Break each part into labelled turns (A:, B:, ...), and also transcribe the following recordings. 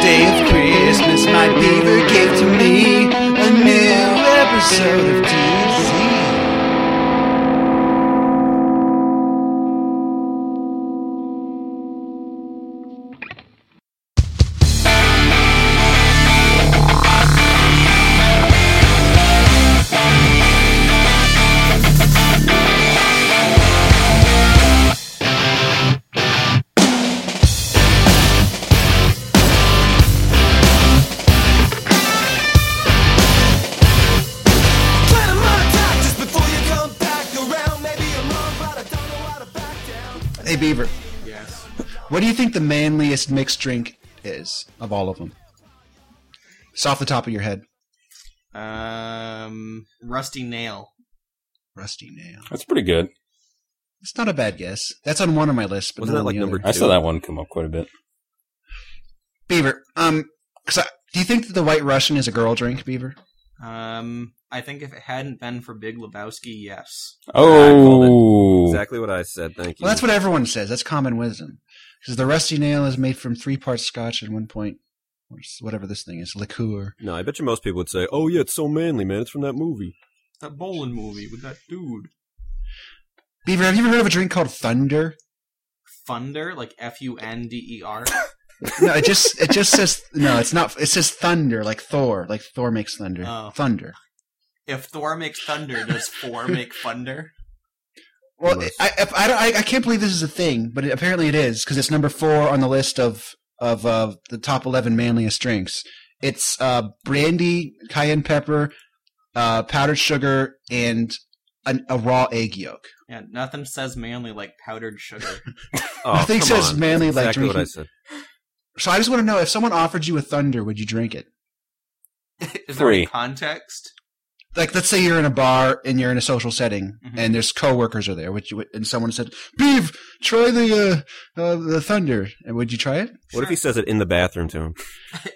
A: day of Christmas, my beaver gave to me a new episode of DC. Hey, Beaver.
B: Yes.
A: What do you think the manliest mixed drink is of all of them? It's off the top of your head.
B: Um, rusty nail.
A: Rusty Nail.
C: That's pretty good.
A: It's not a bad guess. That's on one of my lists, but
B: Wasn't
A: not
B: that
A: on
B: like
A: the
B: number
A: other.
C: I saw
B: Dude.
C: that one come up quite a bit.
A: Beaver, um, 'cause I, do you think that the White Russian is a girl drink, Beaver?
B: Um, I think if it hadn't been for Big Lebowski, yes.
C: Oh,
D: Exactly what I said. Thank you.
A: Well, that's what everyone says. That's common wisdom. Because the Rusty Nail is made from three parts scotch and one point, whatever this thing is, liqueur.
D: no, I bet you most people would say, "Oh yeah, it's so manly, man. It's from that movie."
B: That bowling movie with that dude.
A: Beaver, have you ever heard of a drink called Thunder?
B: Funder, like F U N D E R.
A: No, it just it just says no. It's not. It says Thunder, like Thor, like Thor makes thunder.
B: Oh.
A: Thunder.
B: If Thor makes thunder, does Thor make funder?
A: Well,
D: Unless-
A: I, I- I, don't- I, I can't believe this is a thing, but it, apparently it is because it's number four on the list of of uh, the top eleven manliest drinks. It's uh, brandy, cayenne pepper, uh, powdered sugar, and an, a raw egg yolk.
B: Yeah, nothing says manly like powdered sugar.
D: Oh,
A: I think
D: come
A: says
D: on.
A: manly
D: That's
A: like
D: exactly what I
A: drinking-
D: said.
A: So I just want to know if someone offered you a thunder, would you drink it?
B: Is there any
C: Three.
B: context?
A: Like, let's say you're in a bar and you're in a social setting,
C: Mm-hmm.
B: Mhm.
A: and there's coworkers are there, which you, would- and someone said, "Beef, try the uh, uh, the thunder," and would you try it?
D: What if he says it in the bathroom to him?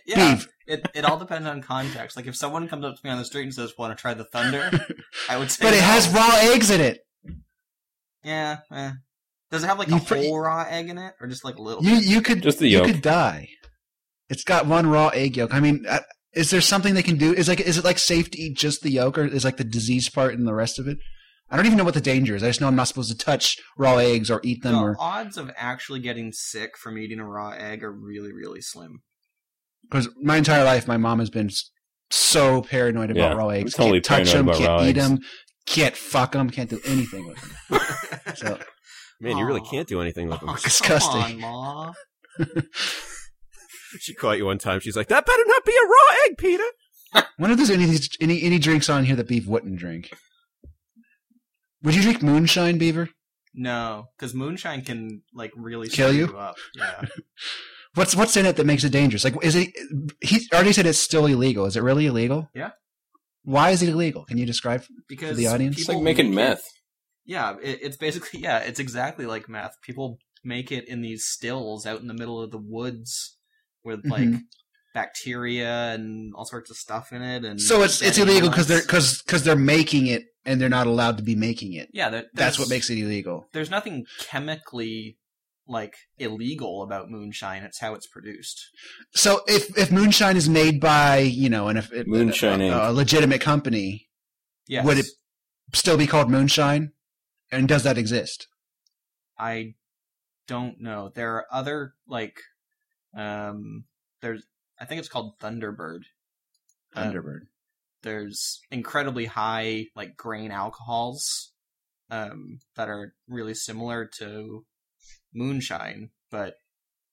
B: Yeah,
A: Beef,
B: it, it all depends on context. Like if someone comes up to me on the street and says, "Want to try the thunder?" I would say,
A: but it has
B: no.
A: raw eggs in it.
B: Yeah, eh. does it have like
A: You
B: a
A: put-
B: whole raw egg in it, or just like a little?
A: You you could
C: Just the
A: you
C: yolk.
A: could die. It's got one raw egg yolk. I mean, uh, is there something they can do? Is like is it like safe to eat just the yolk, or is like the disease part and the rest of it? I don't even know what the danger is. I just know I'm not supposed to touch raw eggs or eat them.
B: the
A: Or
B: odds of actually getting sick from eating a raw egg are really, really slim.
A: because my entire life, my mom has been s- so paranoid about
C: Yeah,
A: raw eggs.
C: totally
A: can't touch
C: paranoid
A: them.
C: about
A: Can't
C: raw
A: eat
C: eggs.
A: them. Can't fuck them. Can't do anything with them. So
D: Man, you really
B: Aw.
D: can't do anything with him.
A: disgusting.
B: Come on, Ma.
D: she caught you one time. She's like, "That better not be a raw egg, Peter."
A: wonder if there's any any any drinks on here that beef wouldn't drink. Would you drink moonshine, Beaver?
B: No, because moonshine can like really
A: Kill
B: screw
A: you?
B: up. Yeah,
A: What's what's in it that makes it dangerous? Like, is it? He already said it's still illegal. Is it really illegal?
B: Yeah.
A: Why is it illegal? Can you describe?
B: because
A: the audience?
C: it's
B: people
C: like making
B: make it-
C: meth.
B: Yeah, it, it's basically yeah, it's exactly like meth. People make it in these stills out in the middle of the woods with like
A: Mhm.
B: bacteria and all sorts of stuff in it. And
A: So it's it's
B: dead
A: illegal because they're because
B: animals.
A: because they're making it and they're not allowed to be making it.
B: yeah, there-
A: That's
B: there's-
A: what makes it illegal.
B: there's nothing chemically like illegal about moonshine. It's how it's produced.
A: So if if moonshine is made by you know and if if-
C: Moonshine
A: a,
C: Inc.
A: a legitimate company,
B: Yes.
A: Would it- still be called moonshine, and does that exist?
B: I don't know. There are other like um there's I think it's called Thunderbird. Uh,
A: Thunderbird.
B: there's incredibly high like grain alcohols um that are really similar to moonshine, but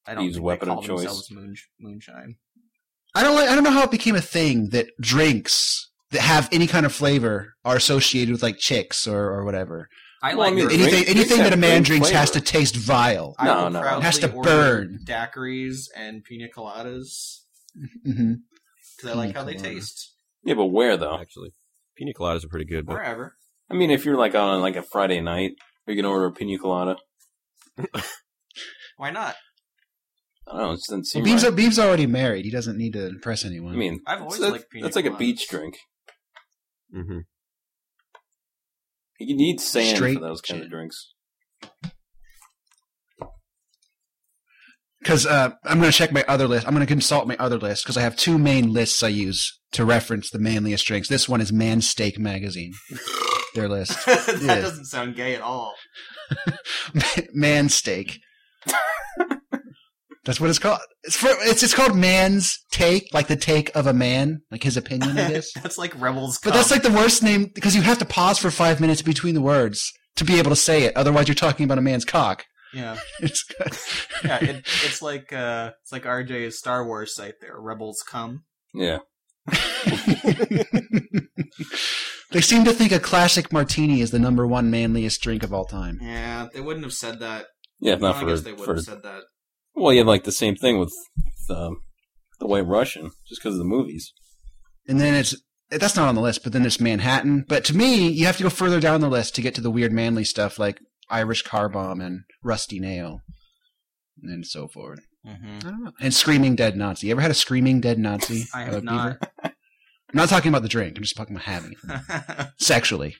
B: I don't
C: Thieves'
B: think
C: weapon
B: they
C: of
B: call
C: choice.
B: themselves moon- moonshine.
A: I don't like, I don't know how it became a thing that drinks that have any kind of flavor are associated with like chicks or or whatever.
B: I
C: Well, I
B: like
C: mean,
B: the-
C: Drink-
A: anything anything
C: have
A: that a man
C: grape
A: drinks
C: flavor.
A: has to taste vile.
B: I
C: No,
B: will
C: no, no.
B: proudly
A: Has to
B: order
A: burn.
B: daiquiris and pina coladas
A: hmm
B: because I like
A: Pina
B: how they
A: colada.
B: taste.
C: Yeah, but where though?
D: Actually, pina coladas are pretty good, but
B: Wherever.
C: I mean, if you're like on like a Friday night, you can order a pina colada.
B: Why not?
C: I don't know. It just doesn't
A: Well,
C: seem
A: Beef's,
C: right.
A: Beef's already married. He doesn't need to impress anyone.
C: I mean,
B: I've always
C: so that-
B: liked pina
C: that's like a
B: coladas.
C: beach drink.
D: hmm
C: You need sand
A: Straight
C: for those kind
A: gin.
C: of drinks.
A: because uh, I'm going to check my other list. I'm going to consult my other list because I have two main lists I use to reference the manliest drinks. This one is Man Steak Magazine, their list.
B: that
A: Yeah.
B: doesn't sound gay at all.
A: man steak. That's what it's called. It's for, it's it's called man's take, like the take of a man, like his opinion, I guess.
B: that's like rebels.
A: But that's like the worst name because you have to pause for five minutes between the words to be able to say it. Otherwise, you're talking about a man's cock.
B: yeah,
A: It's,
B: yeah. It, it's like uh, it's like RJ's Star Wars site there. Rebels come.
C: Yeah.
A: they seem to think a classic martini is the number one manliest drink of all time.
B: Yeah, they wouldn't have said that.
C: Yeah, if
B: No,
C: not
B: I guess they
C: for,
B: would
C: for
B: have said that.
C: well, you have like the same thing with the, the White Russian, just because of the movies.
A: and then it's that's not on the list, but then it's Manhattan. But to me, you have to go further down the list to get to the weird manly stuff like Irish Car Bomb and Rusty Nail and so forth.
B: Mm-hmm.
A: I don't know. And Screaming Dead Nazi. You ever had a Screaming Dead Nazi?
B: I
A: Uh,
B: have not.
A: I'm not talking about the drink. I'm just talking about having it
B: have
A: sexually.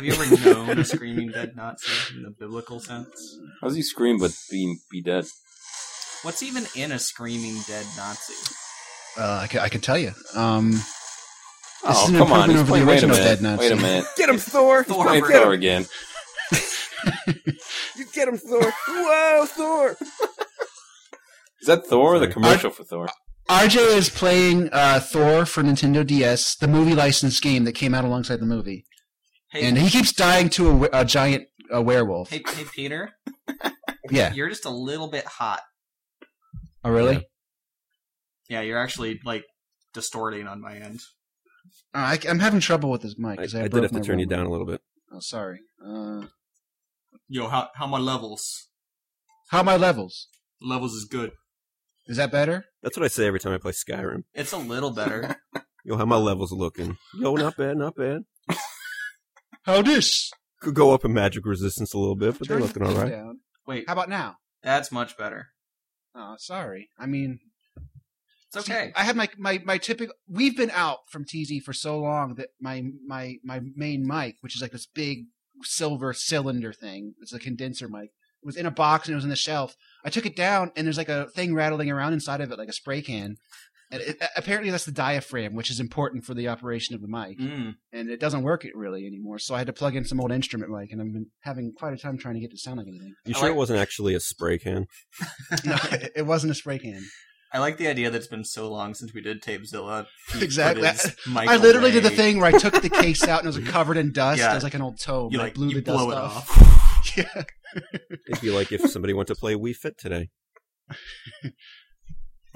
B: you ever known a screaming dead Nazi in the biblical sense?
C: How does he scream but be be dead?
B: What's even in a screaming dead Nazi?
A: Uh, I, could, I could tell you. Um,
C: Oh,
A: is an
C: come
A: improvement
C: on! He's
A: over the
C: playing, wait a
A: original
C: minute.
A: Dead Nazi.
C: Wait a minute.
D: Get him, Thor!
B: Thor,
C: Playing
B: bro.
C: Thor again.
D: You get him, Thor! Whoa, Thor!
C: Is that Thor? or The
D: Sorry.
C: commercial for Thor.
A: RJ is playing uh, Thor for Nintendo DS, the movie licensed game that came out alongside the movie.
B: Hey,
A: And he keeps dying to a, we- a giant uh werewolf.
B: hey, hey, Peter.
A: Yeah.
B: You're just a little bit hot.
A: Oh, really?
D: Yeah.
B: Yeah, you're actually like distorting on my end.
A: Uh, I, am having trouble with this mic.
D: I,
A: 'cause
D: I did
A: broke
D: have to
A: my
D: turn you
A: remote.
D: down a little bit.
A: Oh, sorry. Uh,
B: Yo, how how my levels?
A: how are my levels?
B: Levels is good.
A: Is that better?
D: That's what I say every time I play Skyrim.
B: It's a little better.
D: Yo, how my levels looking? Yo, not bad, not bad.
A: How this?
D: Could go up in magic resistance a little bit, but they're looking all right.
A: Down.
B: Wait,
A: How about now?
B: that's much better.
A: Oh, sorry. I mean,
B: It's
A: see,
B: okay.
A: I have my, my my typical. We've been out from TZ for so long that my my my main mic, which is like this big silver cylinder thing, it's a condenser mic, was in a box and it was on the shelf. I took it down and there's like a thing rattling around inside of it, like a spray can. And it, apparently that's the diaphragm, which is important for the operation of the mic.
B: Mm.
A: and it doesn't work it really anymore. So I had to plug in some old instrument mic, and I've been having quite a time trying to get it to sound like anything.
D: You
B: I
D: sure
B: like-
D: it wasn't actually a spray can?
A: No, it- it wasn't a spray can.
B: I like the idea that it's been so long since we did Tapezilla. He put
A: Exactly.
B: his mic
A: I literally did the
B: away.
A: thing where I took the case out and it was covered in dust.
B: Yeah.
A: It was like an old tome.
B: You
A: and I
B: like
A: blew
B: you
A: the
B: blow it
A: dust
B: off.
A: off. yeah.
D: It'd be like if somebody went to play Wii Fit today.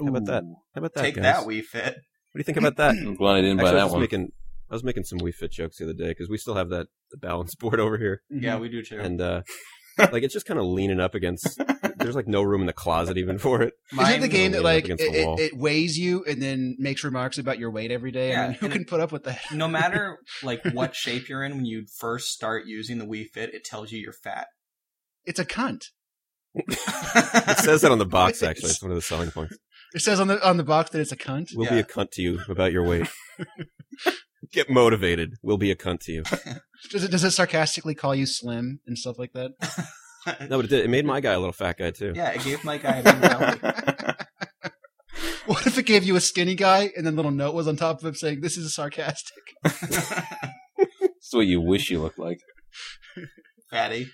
D: How about that?
A: Ooh.
D: How about that,
B: Take
D: guys?
B: that, we fit.
D: What do you think about that?
C: I'm glad I didn't
D: Actually, I
C: buy that
D: was
C: one.
D: making I was making some Wii Fit jokes the other day because we still have that the balance board over here,
A: Mhm.
B: Yeah, we do too.
D: and uh, like it's just kind of leaning up against. There's like no room in the closet even for it.
A: Is
B: Mine-
A: it the game that
D: Leaning up
A: like it,
D: against the
A: it,
D: wall.
A: it weighs you and then makes remarks about your weight every day?
B: Yeah,
A: I mean, who
B: and
A: can put up with that?
B: no matter like what shape you're in when you first start using the Wii Fit, it tells you you're fat.
A: It's a cunt.
D: It says that on the box. Actually, it's one of the selling points.
A: It says on the on the box that it's a cunt.
D: We'll be
B: Yeah.
D: a cunt to you about your weight. Get motivated. We'll be a cunt to you.
A: Does it does it sarcastically call you slim and stuff like that?
D: No, but it did. It made my guy a little fat guy too.
B: yeah, it gave my guy a big belly.
A: What if it gave you a skinny guy and then little note was on top of him saying, "This is sarcastic."
C: That's what you wish you looked like.
B: Fatty.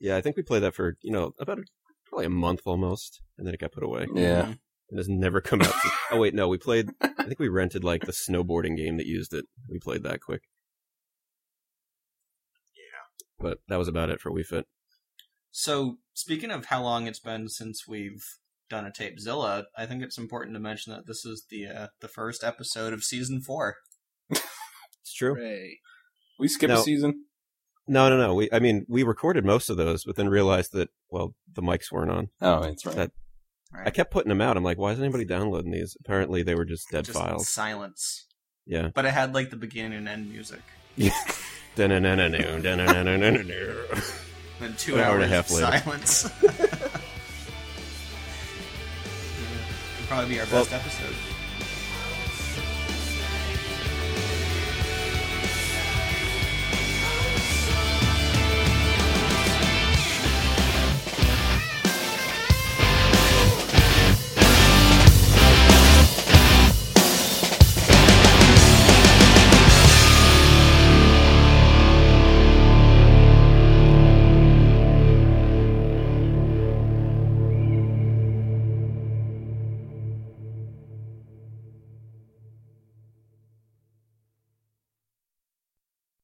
D: Yeah, I think we played that for you know about probably a month almost, and then it got put away.
B: Mm-hmm.
C: Yeah.
D: It has never come out. since- oh wait, no, we played. I think we rented like the snowboarding game that used it. We played that quick. Yeah, but that was about it for Wii Fit.
B: So speaking of how long it's been since we've done a Tapezilla, I think it's important to mention that this is the uh, the first episode of season four.
D: It's true.
A: Hooray.
C: We skip
D: No.
C: a season.
D: No, no, no. We, I mean, we recorded most of those, but then realized that well, the mics weren't on.
C: Oh, that's right.
D: That- I kept putting them out. I'm like, why isn't anybody downloading these? Apparently, they were just dead
B: Just
D: files.
B: silence.
D: Yeah.
B: But it had like the beginning and end music.
D: Dun-dun-dun-dun-dun, dun-dun-dun-dun-dun-dun.
B: Then two
D: An
B: hours
D: hour and a half
B: of
D: later.
B: silence. Yeah, It'd probably be our
D: Well-
B: best episode.